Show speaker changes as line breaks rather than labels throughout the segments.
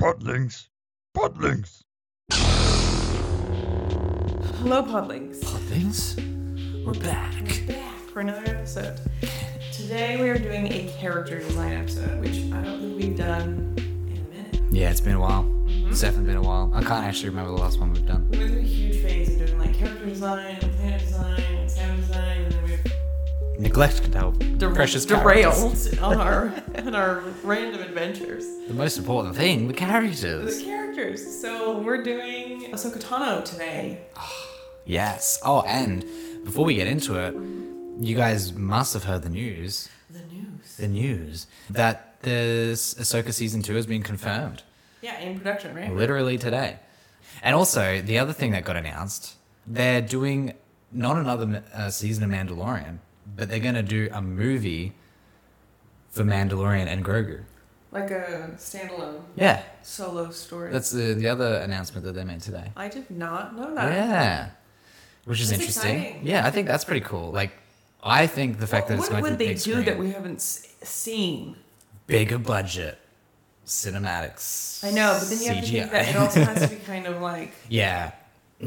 Podlings. Podlings.
Hello, Podlings.
Things? We're back.
Back for another episode. Today we are doing a character design episode, which I don't think we've done in a minute.
Yeah, it's been a while. It's definitely been a while. I can't actually remember the last one we've done.
We went through a huge phase of doing like character design, and planet design, and sound design, and then we've
Neglect could help.
der-
Precious
derailed
characters.
on our on our random adventures.
The most important thing, the
The
characters.
characters. So we're doing Ahsoka Tano today.
Yes. Oh, and before we get into it, you guys must have heard the news.
The news.
The news that this Ahsoka season two has been confirmed.
Yeah, in production, right?
Literally today. And also, the other thing that got announced, they're doing not another uh, season of Mandalorian, but they're going to do a movie for Mandalorian and Grogu.
Like a standalone
Yeah.
solo story.
That's the, the other announcement that they made today.
I did not know that.
Yeah. Which is
That's
interesting.
exciting.
Yeah, I think that's pretty cool. Like, I think the fact that it's
what
going to
would
be
they do that we haven't s- seen?
bigger budget cinematics.
I know, but then you have to think that it also has to be kind of like
yeah.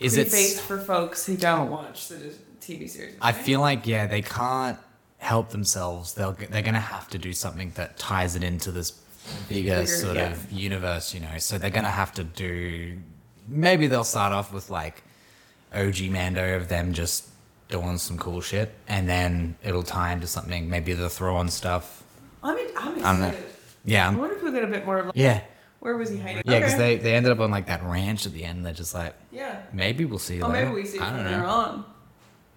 is it
pre-faced for folks who don't watch the dis- TV series.
I
right?
feel like yeah, they can't help themselves. They'll g- they're gonna have to do something that ties it into this bigger
Bigger,
sort
yeah.
of universe, you know. So they're gonna have to do. Maybe they'll start off with like OG Mando of them just doing some cool shit, and then it'll tie into something. Maybe they'll throw on stuff.
I'm, in- I'm excited.
I
I,
don't know. Yeah, I'm-
wonder if we get a bit more. Of like,
yeah,
Where was he hiding?
yeah. Because
Okay.
they they ended up on like that ranch at the end. They're just like,
Yeah.
maybe we'll see. you
Oh,
later.
maybe we see
I
from
don't
there
know.
on.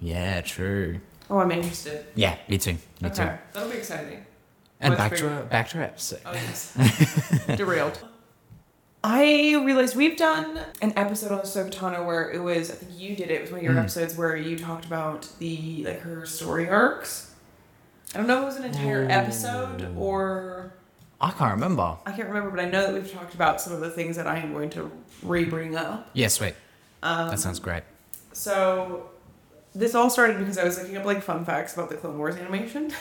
Yeah, true.
Oh, I'm interested.
Yeah, me too. Me
okay,
too.
that'll be exciting.
And
Let's
back
figure
to our, back to our episode.
Oh yes. Derailed. I realized we've done an episode on Sokotano where it was I think you did it, it was one of
Mm.
your episodes where you talked about the like her story arcs. I don't know if it was an entire episode or
I can't remember.
I can't remember, but I know that we've talked about some of the things that I am going to re bring up.
Yes, wait.
Um,
that sounds great.
So this all started because I was looking up like fun facts about the Clone Wars animation.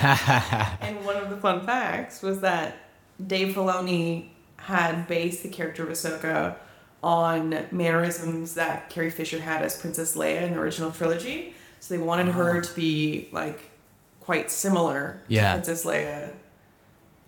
and one of the fun facts was that Dave Filoni had based the character of Ahsoka on mannerisms that Carrie Fisher had as Princess Leia in the original trilogy. So they wanted her to be like quite similar
Yeah.
to Princess Leia,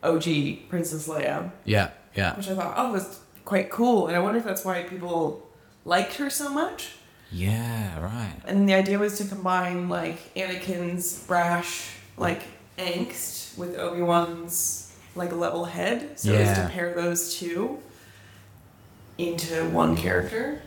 OG Princess Leia,
Yeah, yeah.
which I thought, oh, was quite cool. And I wonder if that's why people liked her so much.
Yeah, right.
And the idea was to combine like Anakin's brash like angst with Obi Wan's like level head. So it was
Yeah.
to pair those two into one character.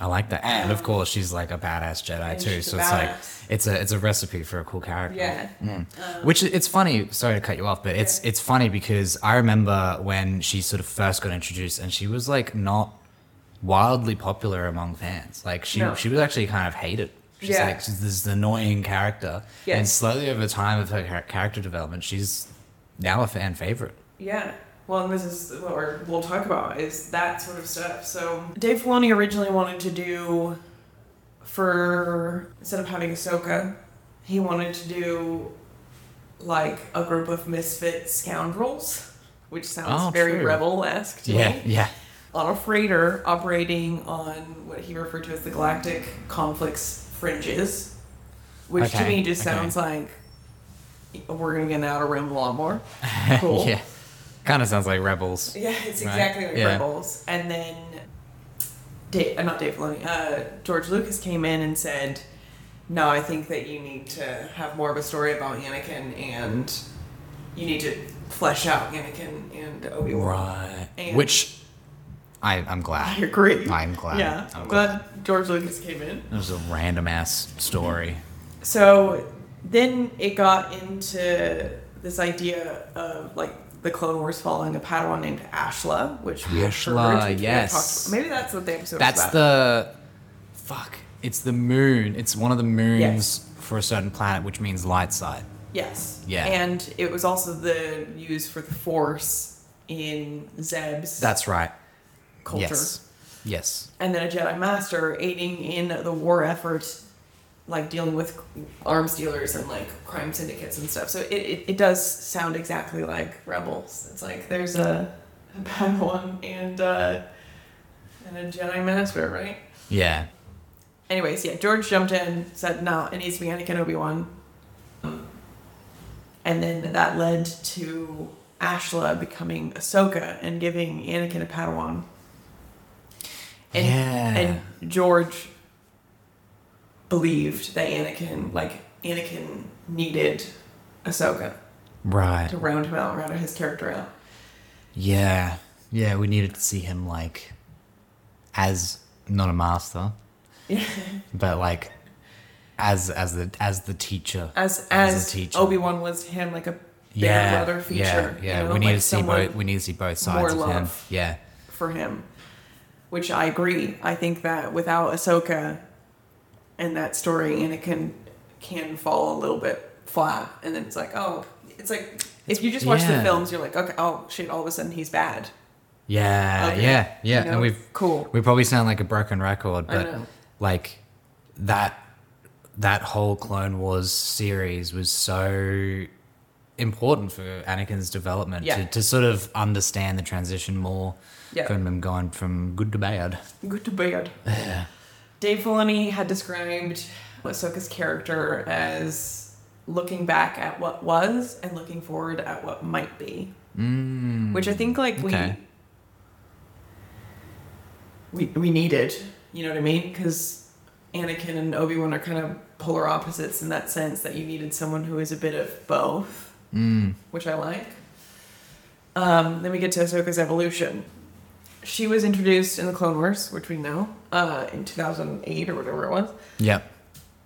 I like that. And of course, she's like a badass Jedi
And
too.
she's a
So it's like
badass.
it's a it's a recipe for a cool character. Mm.
Yeah. Um,
Which i- it's funny. Sorry to cut you off, but it's it's funny because I remember when she sort of first got introduced, and she was like not wildly popular among fans. Like she
No.
she was actually kind of hated. She's
Yeah.
like she's this annoying character, and
Yes.
slowly over time of her char- character development, she's now a fan favorite.
Yeah. Well, and this is what we're, we'll talk about is that sort of stuff. So Dave Filoni originally wanted to do for instead of having Ahsoka, he wanted to do like a group of misfit scoundrels, which sounds
Oh,
very
true.
rebel esque to
Yeah,
me.
yeah.
On a freighter operating on what he referred to as the Galactic Conflicts fringes, which to
Okay,
me just
okay.
sounds like we're gonna get an outer rim lawnmower. Cool.
yeah. Kind of sounds like Rebels.
Yeah, it's
Right?
exactly like
Yeah.
Rebels. And then, Dave, uh, not Dave Filoni, uh, George Lucas came in and said, "No, I think that you need to have more of a story about Anakin, and you need to flesh out Anakin and Obi Wan."
Right.
And-
Which I, I'm
I
glad.
agree.
I'm glad.
Yeah,
I'm
I'm glad George Lucas came in.
It was a random ass story.
So then it got into this idea of like the Clone Wars following a Padawan named Ashla, which we have
Ashla,
heard, which we have talked
yes.
about. Maybe that's what the episode. was
That's
about.
the. Fuck. It's the moon. It's one of the moons
Yes.
for a certain planet, which means light side.
Yes.
Yeah.
And it was also the use for the force in Zeb's
That's right.
culture.
Yes. Yes.
And then a Jedi Master aiding in the war effort, like dealing with arms dealers and like crime syndicates and stuff. So it, it, it does sound exactly like Rebels. It's like there's a a Padawan, and uh, and a Jedi Minister, right?
Yeah.
Anyways, yeah, George jumped in, said, no, it needs to be Anakin Obi Wan. And then that led to Ashla becoming Ahsoka and giving Anakin a Padawan. And,
Yeah.
and George believed that Anakin, like, Anakin needed Ahsoka
Right.
to round him out, round his character out.
Yeah. Yeah, we needed to see him like as not a master, but like as as the as the teacher.
As
As a
as,
teacher.
Obi Wan was to him like a big
yeah.
brother feature.
yeah.
you
Yeah.
know,
we need
like
to see
someone-
both we need to see both sides of
more
him.
love.
Yeah.
for him, which I agree. I think that without Ahsoka and that story, Anakin can fall a little bit flat, and then it's like, oh, it's like if you just watch
Yeah.
the films, you're like, okay, oh shit, all of a sudden he's bad.
Yeah.
Okay.
Uh, Yeah. Yeah.
You know?
And we've
cool.
we probably sound like a broken record,
I
but
know.
like that that whole Clone Wars series was so important for Anakin's development
Yeah.
to, to sort of understand the transition more
Yeah.
from him going from good to bad.
Good to bad. Dave Filoni had described Ahsoka's character as looking back at what was and looking forward at what might be,
Mm.
which I think like
Okay.
we we we needed. You know what I mean? Because Anakin and Obi Wan are kind of polar opposites in that sense that you needed someone who is a bit of both,
Mm.
which I like. Um, then we get to Ahsoka's evolution. She was introduced in the Clone Wars, which we know, uh, in 2008 or whatever it was
Yep.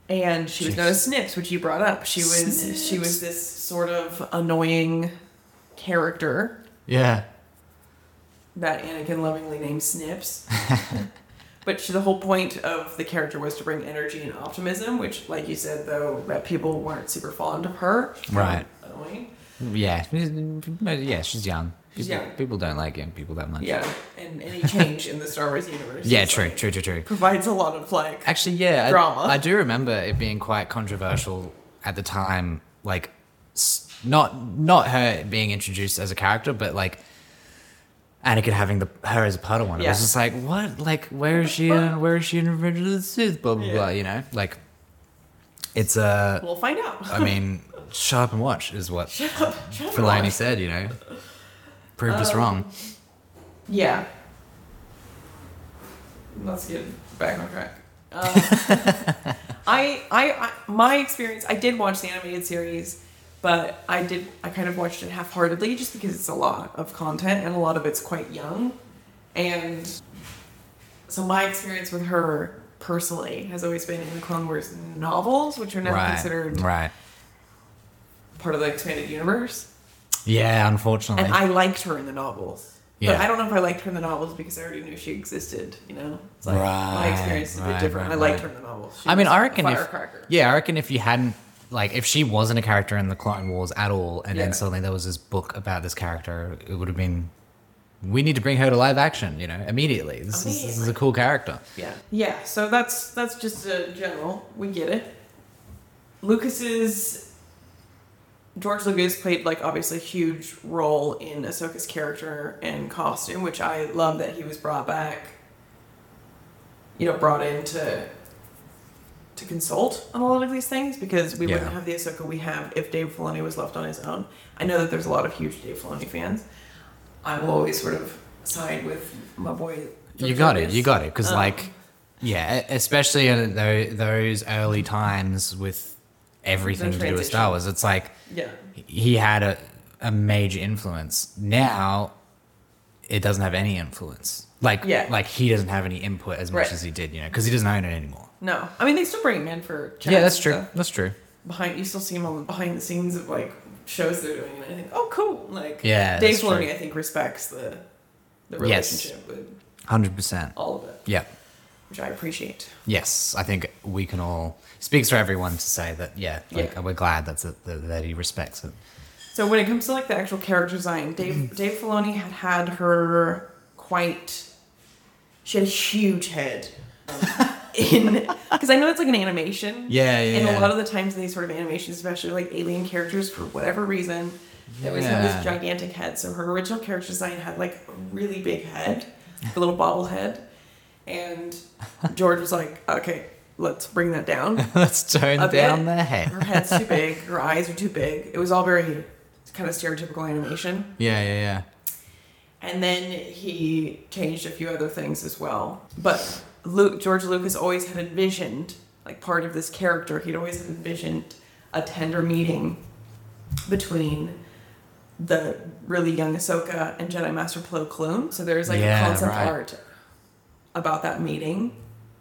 and she was known as Snips, which you brought up. She was she was this sort of annoying character
Yeah.
that Anakin lovingly named Snips. but she, the whole point of the character was to bring energy and optimism, which, like you said, though, that people weren't super fond of her. She found
Right.
Annoying.
Yeah. Yeah, she's young.
She's
People-
young.
People don't like young people that much.
Yeah, and any change in the Star Wars universe.
Yeah,
is,
true,
like,
true, true, true.
Provides a lot of like.
Actually, yeah, I-
Drama.
I, do remember it being quite controversial at the time. Like, s- not not her being introduced as a character, but like Anakin having the her as a Padawan. It
Yeah.
was just like, what? Like, where is she? In, where is she in Revenge of the Sith? Blah blah
Yeah.
blah. You know, like it's a.
We'll find out.
I mean, shut up and watch is what
Shut up, Um,
Filoni
Ross.
said. You know, proved us wrong.
Yeah. Let's get back on track. Uh, I, I, I, my experience. I did watch the animated series, but I did. I kind of watched it half-heartedly, just because it's a lot of content and a lot of it's quite young, and so my experience with her personally has always been in the Clone Wars novels, which are now
Right,
considered
right.
part of the expanded universe.
Yeah, unfortunately.
And I liked her in the novels. But
Yeah.
I don't know if I liked her in the novels because I already knew she existed, you know? It's like my
Right,
experience is a bit
right,
different.
right,
I liked
right.
her in the novels. She
I mean,
was
I
a
reckon if
firecracker.
yeah, I reckon if you hadn't like if she wasn't a character in the Clone Wars at all, and
Yeah.
then suddenly there was this book about this character, it would have been we need to bring her to live action, you know, immediately. This, Is, this is a cool character.
Yeah. Yeah, so that's that's just a general. We get it. Lucas's George Lucas played like obviously a huge role in Ahsoka's character and costume, which I love that he was brought back. You know, brought in to to consult on a lot of these things because we wouldn't
Yeah.
have the Ahsoka we have if Dave Filoni was left on his own. I know that there's a lot of huge Dave Filoni fans. I will always sort of side with my boy.
you
George
got it.
Lucas.
You got it. Because
Um,
like, yeah, e- especially in tho- those early times with everything to do with
transition.
Star Wars, it's like
Yeah.
he had a, a major influence. Now it doesn't have any influence. Like
Yeah.
like he doesn't have any input as much
Right.
as he did, you know, because he doesn't own it anymore.
No, I mean they still bring him in for chats
yeah, that's
and
true.
stuff.
That's true.
Behind you still see him on the behind the scenes of like shows they're doing, and I think, oh cool, like
Yeah,
Dave
that's true.
Filoni I think respects the the
Yes.
relationship with
Hundred percent.
all of it,
Yeah.
which I appreciate.
Yes, I think we can all speaks for everyone to say that. Yeah, like
Yeah.
we're glad that's it, that, that he respects it.
So when it comes to like the actual character design,
Mm-hmm.
Dave Dave Filoni had had her quite. She had a huge head. um, in because I know it's like an animation.
Yeah, yeah,
And
yeah.
a lot of the times in these sort of animations, especially like alien characters, for whatever reason, It was had
Yeah.
this gigantic head. So her original character design had like a really big head, a little bobble head. And George was like, okay, let's bring that down.
Let's tone
A bit.
down the head.
Her head's too big. Her eyes are too big. It was all very kind of stereotypical animation.
Yeah, yeah, yeah.
And then he changed a few other things as well. But Luke, George Lucas always had envisioned, like part of this character, he'd always envisioned a tender meeting between the really young Ahsoka and Jedi Master Plo Koon. So there's like
Yeah,
a concept
right.
art about that meeting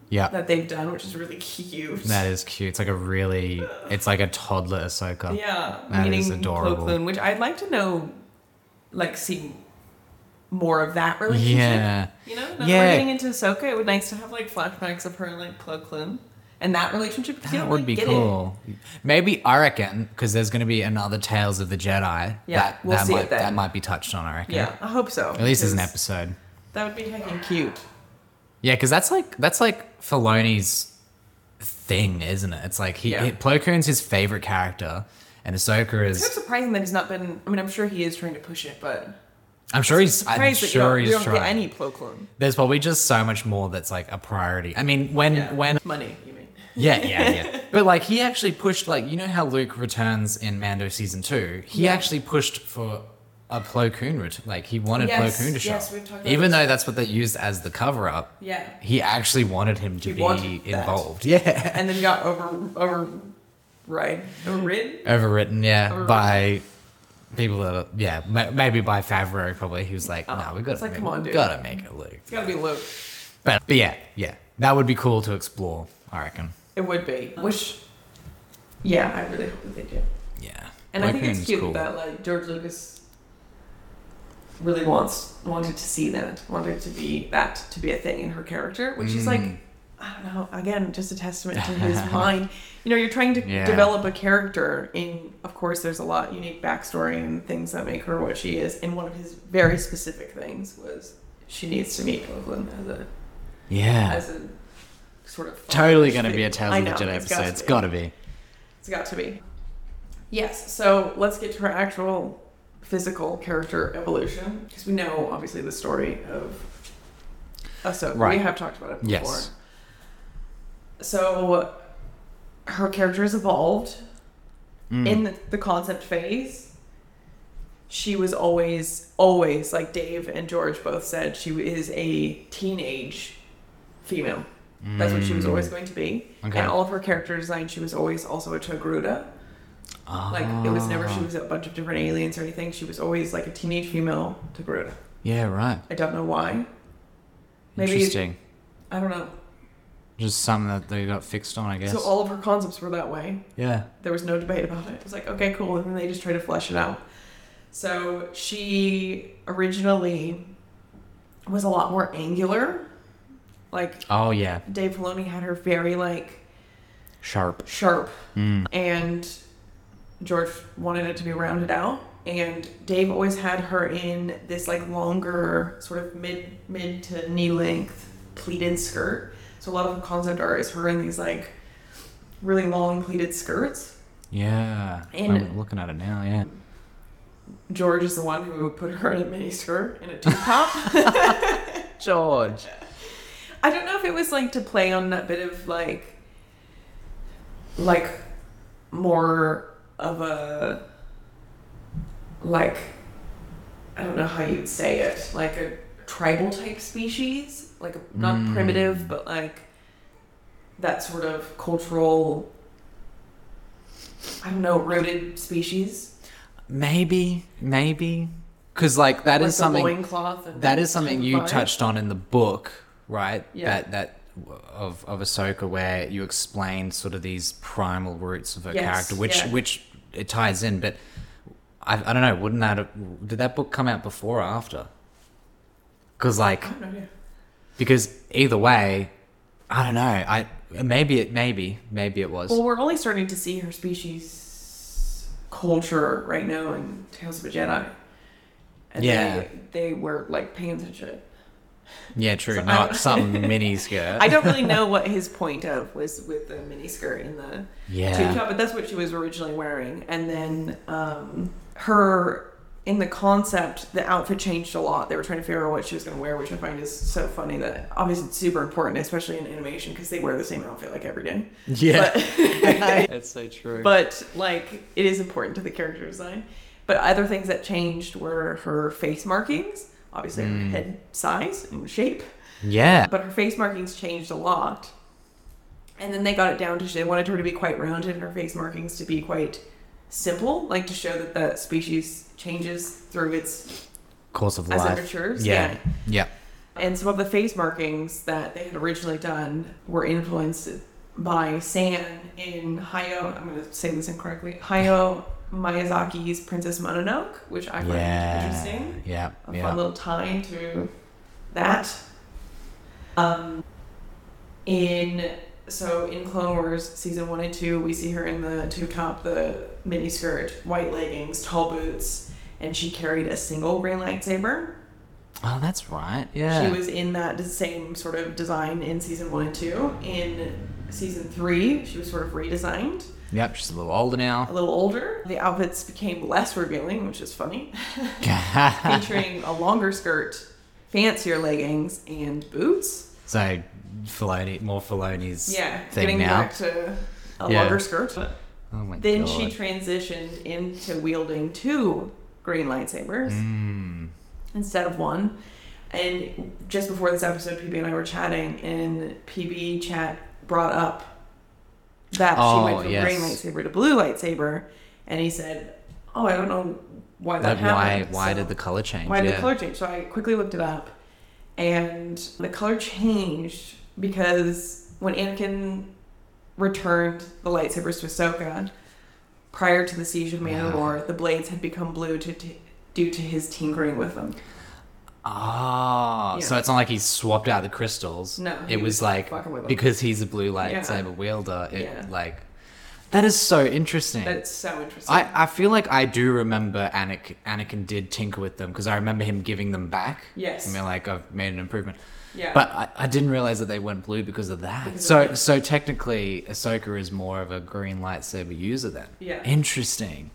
Yeah.
that they've done, which is really cute.
That is cute. It's like a really, it's like a toddler Ahsoka.
Yeah,
That
meeting
is
Plo
adorable.
Koon, which I'd like to know, like see more of that relationship.
Yeah.
You know, now that
Yeah.
we're getting into Ahsoka, it would be nice to have like flashbacks of her and like Plo Koon and that relationship. 'cause you
That
don't
would
really
be
get it.
cool. Maybe I reckon because there's going to be another Tales of the Jedi.
Yeah,
that,
we'll
that
see it
might,
then.
That might be touched on. I reckon.
Yeah, I hope so.
At least as an
because
episode.
That would be fucking cute.
Yeah, because that's like that's like Filoni's thing, isn't it? It's like he,
Yeah.
he Plo Koon's his favorite character, and Ahsoka
It's kind of
is.
surprising that he's not been. I mean, I'm sure he is trying to push it, but
I'm sure he's. I'm
surprised that you
sure
don't, you
he's
don't get
trying.
any Plo Koon.
There's probably just so much more that's like a priority. I mean, when
Yeah.
when
money, you mean?
Yeah, yeah, yeah. but like he actually pushed like you know how Luke returns in Mando season two. He
Yeah.
actually pushed for a Plo Koon return. Like he wanted
Yes,
Plo Koon to show.
yes,
up.
we've talked about
Even
this.
though that's what they used as the cover up.
Yeah.
He actually wanted him to
He
be
wanted that.
involved. Yeah.
And then got over over, right? Overridden.
Overwritten, yeah,
Overwritten.
by people that are, yeah, ma- maybe by Favreau probably. He was like, no,
Oh,
we got
it's
to
like,
make,
come on, dude."
gotta make it Luke.
It's gotta be Luke.
But, but yeah, yeah, that would be cool to explore. I reckon.
It would be. Which, yeah, I really hope that they do.
Yeah.
And
Plo
I think it's
Koon's
cute
cool.
that like George Lucas really wants wanted to see that, wanted to be that to be a thing in her character, which is like
Mm.
I don't know, again, just a testament to his mind. You know, you're trying to
Yeah.
develop a character in of course there's a lot unique backstory and things that make her what she is, and one of his very specific things was she needs to meet Oakland as a
Yeah.
as a sort of
Totally going to be a Tales
I
of the
know,
Jedi
it's
episode.
gotta
It's
be.
got to be.
It's got to be. Yes, so let's get to her actual physical character evolution. Because we know, obviously, the story of Ahsoka.
Right.
We have talked about it before.
Yes.
So her character has evolved
Mm.
in the, the concept phase. She was always, always, like Dave and George both said, she is a teenage female. That's what she was always going to be.
Mm. Hmm. Okay.
And all of her character design, she was always also a Togruta. Like it was
Ah.
never she was a bunch of different aliens or anything. She was always like a teenage female Togruta.
Yeah, right.
I don't know why. Maybe-
Interesting.
I don't know.
Just something that they got fixed on, I guess.
So all of her concepts were that way.
yeah.
There was no debate about it. It was like, okay, cool. And then they just try to flesh it out. So she originally was a lot more angular. Like
Oh, yeah.
Dave Filoni had her very like
Sharp.
sharp
Mm.
and George wanted it to be rounded out. And Dave always had her in this like longer, sort of mid mid to knee length pleated skirt. So a lot of the concept art is her in these like really long pleated skirts.
Yeah.
And-
I'm looking at it now, yeah.
George is the one who would put her in a mini skirt and a tube top.
George.
I don't know if it was like to play on that bit of like, like, more of a, like, I don't know how you'd say it, like a tribal type species, like a, not
Mm.
primitive, but like that sort of cultural, I don't know, rooted species.
Maybe. Maybe. Because, like, that is
Like the
something.
loincloth and
That is something you
vibe.
touched on in the book, right?
Yeah.
That that of of Ahsoka, where you explain sort of these primal roots of her
Yes,
character, which
yeah.
which it ties in. But I, I don't know. Wouldn't that have, did that book come out before or after? Because like
I don't know, yeah.
because either way, I don't know. I maybe it maybe maybe it was.
Well, we're only starting to see her species culture right now in Tales of a Jedi. And
Yeah.
They, they were like pants and shit.
Yeah, true.
So I
not
don't-
some mini skirt.
I don't really know what his point of was with the miniskirt and the tube
Yeah.
top, but that's what she was originally wearing. And then um, her in the concept, the outfit changed a lot. They were trying to figure out what she was going to wear, which I find is so funny. That obviously it's super important, especially in animation, because they wear the same outfit like every day.
Yeah.
That's so true.
But like, it is important to the character design. But other things that changed were her face markings, obviously
Mm.
her head size and shape.
yeah.
but her face markings changed a lot. And then they got it down to they wanted her to be quite rounded and her face markings to be quite simple, like to show that the species changes through its
Course of
as it
life.
matures.
Yeah. Yeah.
And some of the face markings that they had originally done were influenced by San in Hayao, I'm going to say this incorrectly, Hayao Miyazaki's Princess Mononoke, which I find
Yeah.
interesting
Yeah.
a
Yeah.
fun little tie to that. Um, in so in Clone Wars season one and two, we see her in the tube top, the mini skirt, white leggings, tall boots, and she carried a single green lightsaber.
Oh, that's right. Yeah.
She was in that same sort of design in season one and two. In season three, she was sort of redesigned,
Yep. She's a little older
a
now.
little older. The outfits became less revealing, which is funny. featuring a longer skirt, fancier leggings, and boots.
so, Filoni, more Filoni's
Yeah,
thing
getting
now.
back to a
Yeah.
longer skirt.
oh my
Then
god.
she transitioned into wielding two green lightsabers
Hmm.
instead of one. And just before this episode, PB and I were chatting, and PB chat brought up that
Oh,
she went from
yes.
green lightsaber to blue lightsaber, and he said, "Oh, I don't know why that
Like, why?
happened."
Why
So-
did the color change?
why
yeah.
did the color change? So I quickly looked it up, and the color changed because when Anakin returned the lightsabers to Ahsoka, prior to the siege of Mandalore, the blades had become blue to t- due to his tinkering with them.
Ah,
Yeah.
so it's not like he swapped out the crystals.
No, he
it was
was
like
fucking with 'em.
because he's a blue
Yeah.
lightsaber wielder. It
Yeah.
like that is so interesting.
That's so interesting.
I, I feel like I do remember Anakin, Anakin did tinker with them because I remember him giving them back.
Yes.
I mean, like I've made an improvement.
yeah,
But I, I didn't realize that they went blue because of that.
Because of
so
that.
so technically, Ahsoka is more of a green lightsaber user then.
Yeah.
Interesting.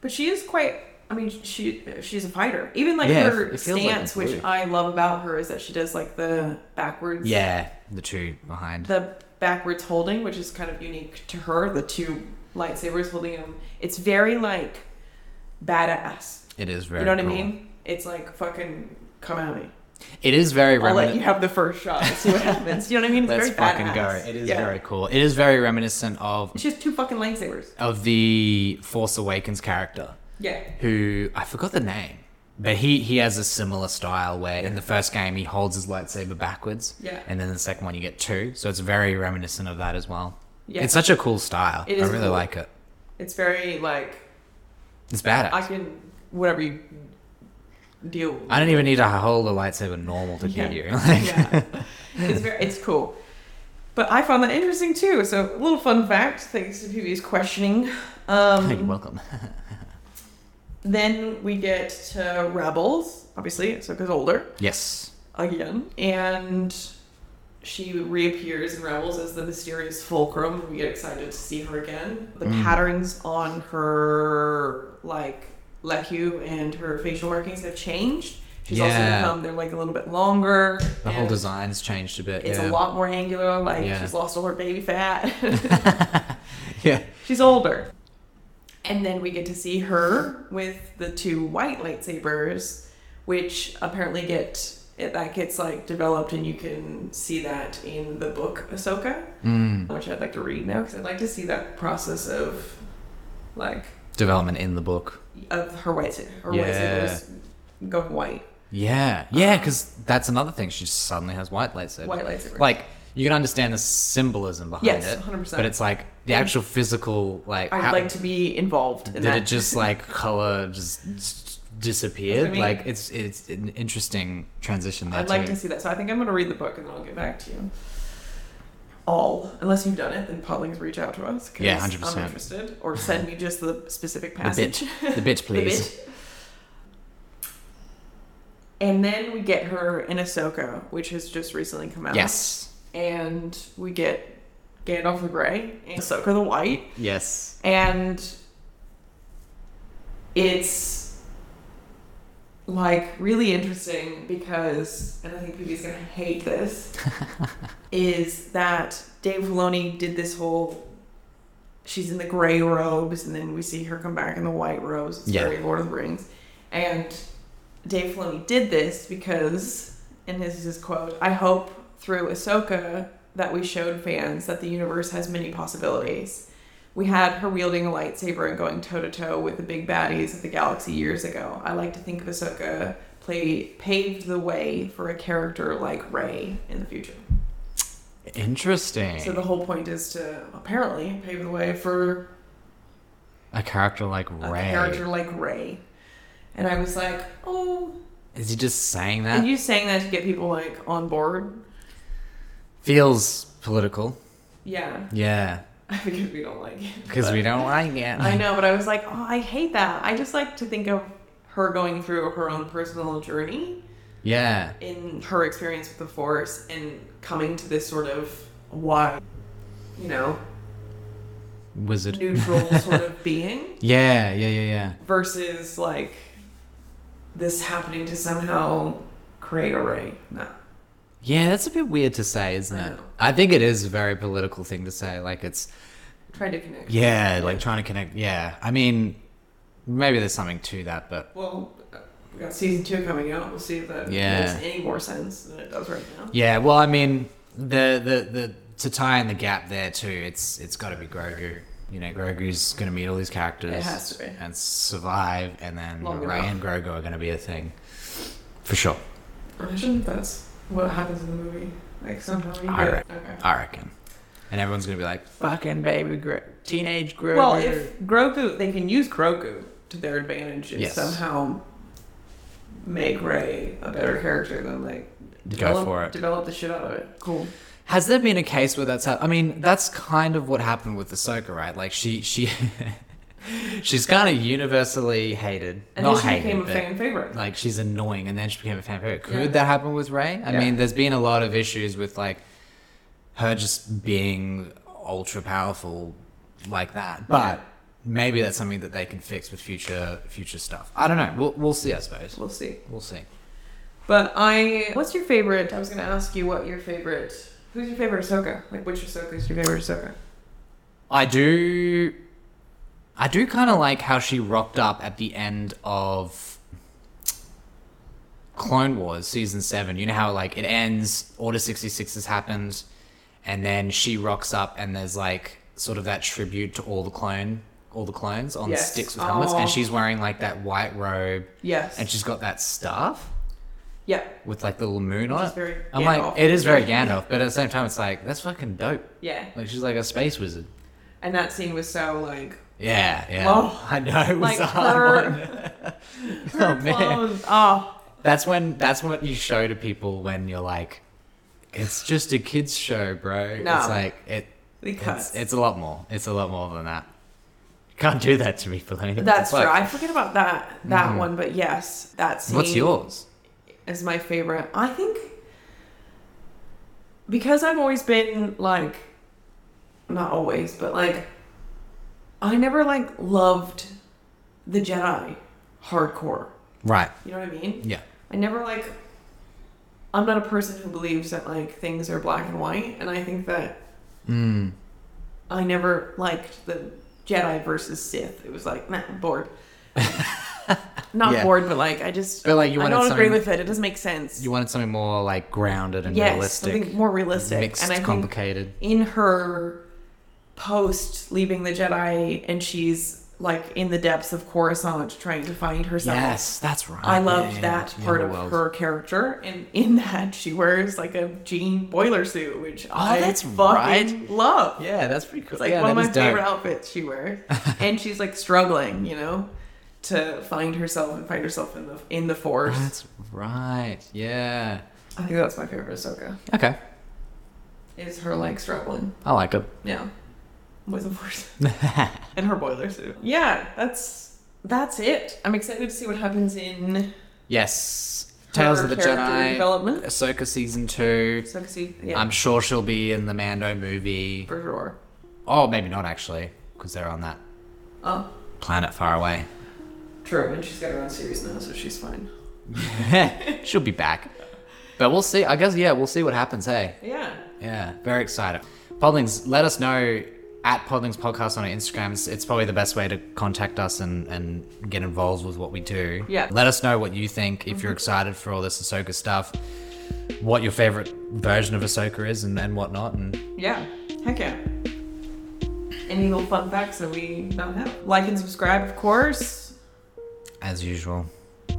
but she is quite. I mean, she she's a fighter. Even like
Yeah, it-
her
it feels like
stance,
a blue.
which I love about her, is that she does like the backwards.
Yeah, the two behind.
the backwards holding, which is kind of unique to her, the two lightsabers holding them. It's very like badass.
it is very.
you know what
cool.
I mean? It's like fucking come at me.
It is very
I'll let
reminiscent.
you have the first shot. and See what happens. You know what I mean? It's
Let's
very
fucking
badass.
go. It is
Yeah.
very cool. It is very reminiscent of
She has two fucking lightsabers.
of the Force Awakens character,
Yeah.
who I forgot the name, but he he has a similar style where in the first game he holds his lightsaber backwards,
Yeah.
and then the second one you get two, so it's very reminiscent of that as well.
Yeah.
It's such a cool style.
It
I
is
really
cool.
like it.
It's very like
It's badass.
I
I,
can whatever you deal. with.
don't even need to hold a lightsaber normal to kill you. Like,
yeah. It's very it's cool. But I found that interesting too. So a little fun fact, thanks to PB's questioning.
You're
Um,
welcome.
Then we get to Rebels, obviously, Ahsoka's older
Yes.
again, and she reappears in Rebels as the mysterious Fulcrum. We get excited to see her again. The
Mm.
patterns on her, like, lehu and her facial markings have changed. She's also
Yeah.
become, they're like a little bit longer.
The whole
and
design's changed a bit.
It's a
yeah.
lot more angular, like,
Yeah.
she's lost all her baby fat.
Yeah.
She's older. And then we get to see her with the two white lightsabers, which apparently get it, that gets like developed, and you can see that in the book Ahsoka,
Hmm.
which I'd like to read now because I'd like to see that process of like
Development in the book.
of her white sa- her white
Yeah.
sabers going white,
Yeah, yeah, because that's another thing. She just suddenly has white lightsabers.
white lightsaber.
Like you can understand the symbolism behind
Yes,
it,
100%.
but it's like the actual physical like.
I'd
how-
like to be involved in
did
that.
it just like color just s-
That's what I
disappeared?
mean.
Like it's it's an interesting transition there
I'd like
too.
to see that. So I think I'm going to read the book and then I'll get back to you. All, unless you've done it, then Podlings reach out to us. 'cause
Yeah, 100%.
I'm interested, or send me just the specific
the
passage.
bit, the bit,
The bit.
please.
And then we get her in Ahsoka, which has just recently come out.
Yes.
And we get Gandalf the Grey and Ahsoka the White.
Yes.
And it's like really interesting because, and I think PB's gonna hate this, is that Dave Filoni did this whole. She's in the gray robes, and then we see her come back in the white robes. It's
Yeah.
very Lord of the Rings, and Dave Filoni did this because, and this is his quote: "I hope through Ahsoka that we showed fans that the universe has many possibilities." We had her wielding a lightsaber and going toe to toe with the big baddies of the galaxy years ago. I like to think of Ahsoka play, paved the way for a character like Rey in the future.
Interesting.
So the whole point is to apparently pave the way for
a character like
a
Ray.
character like Rey. And I was like, oh,
Is he just saying that?
and you saying that to get people like on board?
Feels political.
Yeah,
Yeah.
because we don't like it.
Because we don't like it.
I know, but I was like, oh, I hate that. I just like to think of her going through her own personal journey
Yeah.
in her experience with the Force and coming to this sort of why, you know,
Wizard.
neutral sort of being
Yeah. Yeah. Yeah. Yeah.
versus like this happening to somehow create a ray. No.
Yeah, that's a bit weird to say, isn't
I
it?
know.
I think it is a very political thing to say. Like, it's,
Try to connect.
yeah, like trying to connect. Yeah. I mean, maybe there's something to that, but
Well, uh, we got season two coming out. We'll see if that
Yeah.
makes any more sense than it does right now.
yeah. Well, I mean, the, the, the, to tie in the gap there too, it's, it's got to be Grogu. You know, Grogu's going to meet all these characters.
It has to be.
And survive, and then
Long
Ray
enough.
and Grogu are going to be a thing. For sure.
Imagine if that's what happens in the movie. Like somehow you
I
get okay.
I reckon. And everyone's going to be like, fucking baby Gro- teenage Grogu.
Well, if Grogu, they can use Grogu to their advantage and
Yes.
somehow make Ray a better character than like develop,
for it.
develop the shit out of it. Cool.
Has there been a case where that's? hap- I mean, that's kind of what happened with Ahsoka, right? Like she she she's kind of universally hated,
And
not
then she became
hated,
a
but
fan favorite.
like she's annoying, and then she became a fan favorite. Could
Yeah.
that happen with Ray? I
Yeah.
mean, there's been a lot of issues with like her just being ultra powerful like that, but. Maybe that's something that they can fix with future future stuff. I don't know. We'll, we'll see. I suppose
We'll see.
we'll see.
But I, what's your favorite? I was gonna ask you what your favorite. Who's your favorite Ahsoka? Like, which Ahsoka is your favorite Ahsoka?
I do. I do kind of like how she rocked up at the end of Clone Wars season seven. You know how like it ends, Order sixty six has happened, and then she rocks up, and there's like sort of that tribute to all the clone, all the clones on
Yes.
sticks with helmets,
Aw.
and she's wearing like that white robe,
Yes.
and she's got that staff
yeah.
with like the little moon on
Which is
it.
very
I'm
Gandalf.
like, it is very Gandalf, but at the same time, it's like that's fucking dope.
Yeah.
Like she's like a space wizard.
And that scene was so like
Yeah, yeah.
Well,
Oh, I know. It
like
was a hard
her-
one.
her
oh man,
clones. Oh,
that's when that's what you show to people when you're like, it's just a kids show, bro.
No.
It's like it.
the
It's,
cuts.
it's a lot more. It's a lot more than that. Can't do that to me, Filoni.
That's
Fuck. Mm.
true. I forget about that that one, but yes, that scene.
What's yours?
Is my favorite. I think because I've always been like, not always, but like, I never like loved the Jedi hardcore.
Right.
You know what I mean?
Yeah.
I never like. I'm not a person who believes that like things are black and white, and I think that
Mm.
I never liked the Jedi versus Sith. It was like, nah, I'm bored. Not
Yeah.
bored, but like I just
But, like, you
I
wanted
don't agree
something-
with it. It doesn't make sense.
You wanted something more like grounded and
yes,
realistic,
something more realistic.
mixed,
and I think
complicated.
in her post leaving the Jedi, and she's like in the depths of Coruscant trying to find herself.
Yes, that's right.
I
Yeah,
loved
yeah,
that
yeah,
part
the
of
world.
her character, and in that she wears like a jean boiler suit, which I
Oh, that's
fucking
right.
love.
Yeah, that's pretty cool.
It's like
yeah,
one of
that
my
is dope.
favorite outfits she wears, and she's like struggling, you know, to find herself and find herself in the in the force.
That's right. Yeah.
I think that's my favorite Ahsoka.
Okay.
Is her like struggling,
I like it.
yeah, with the force and her boiler suit. Yeah, that's that's it. I'm excited to see what happens in
yes. Tales of the
character
Jedi.
development.
Ahsoka season two.
So I can see, yeah,
I'm sure she'll be in the Mando movie.
for sure.
Oh, maybe not actually, because they're on that
Oh,
planet far away.
true. And she's got her own series now, so she's fine.
She'll be back. But we'll see. I guess, yeah, we'll see what happens, hey?
Yeah.
Yeah, very excited. Podlings, let us know at Podlings Podcast on our Instagram. It's, it's probably the best way to contact us and, and get involved with what we do.
Yeah.
Let us know what you think, if you're excited for all this Ahsoka stuff, what your favorite version of Ahsoka is and, and whatnot. And
Yeah. Heck yeah. Any little fun facts that we don't have? Like and subscribe, of course,
as usual,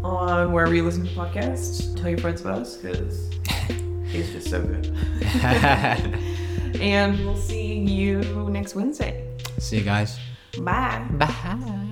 on wherever you listen to podcasts. Tell your friends about us because it's just so good. and we'll see you next Wednesday.
see you guys.
Bye.
Bye.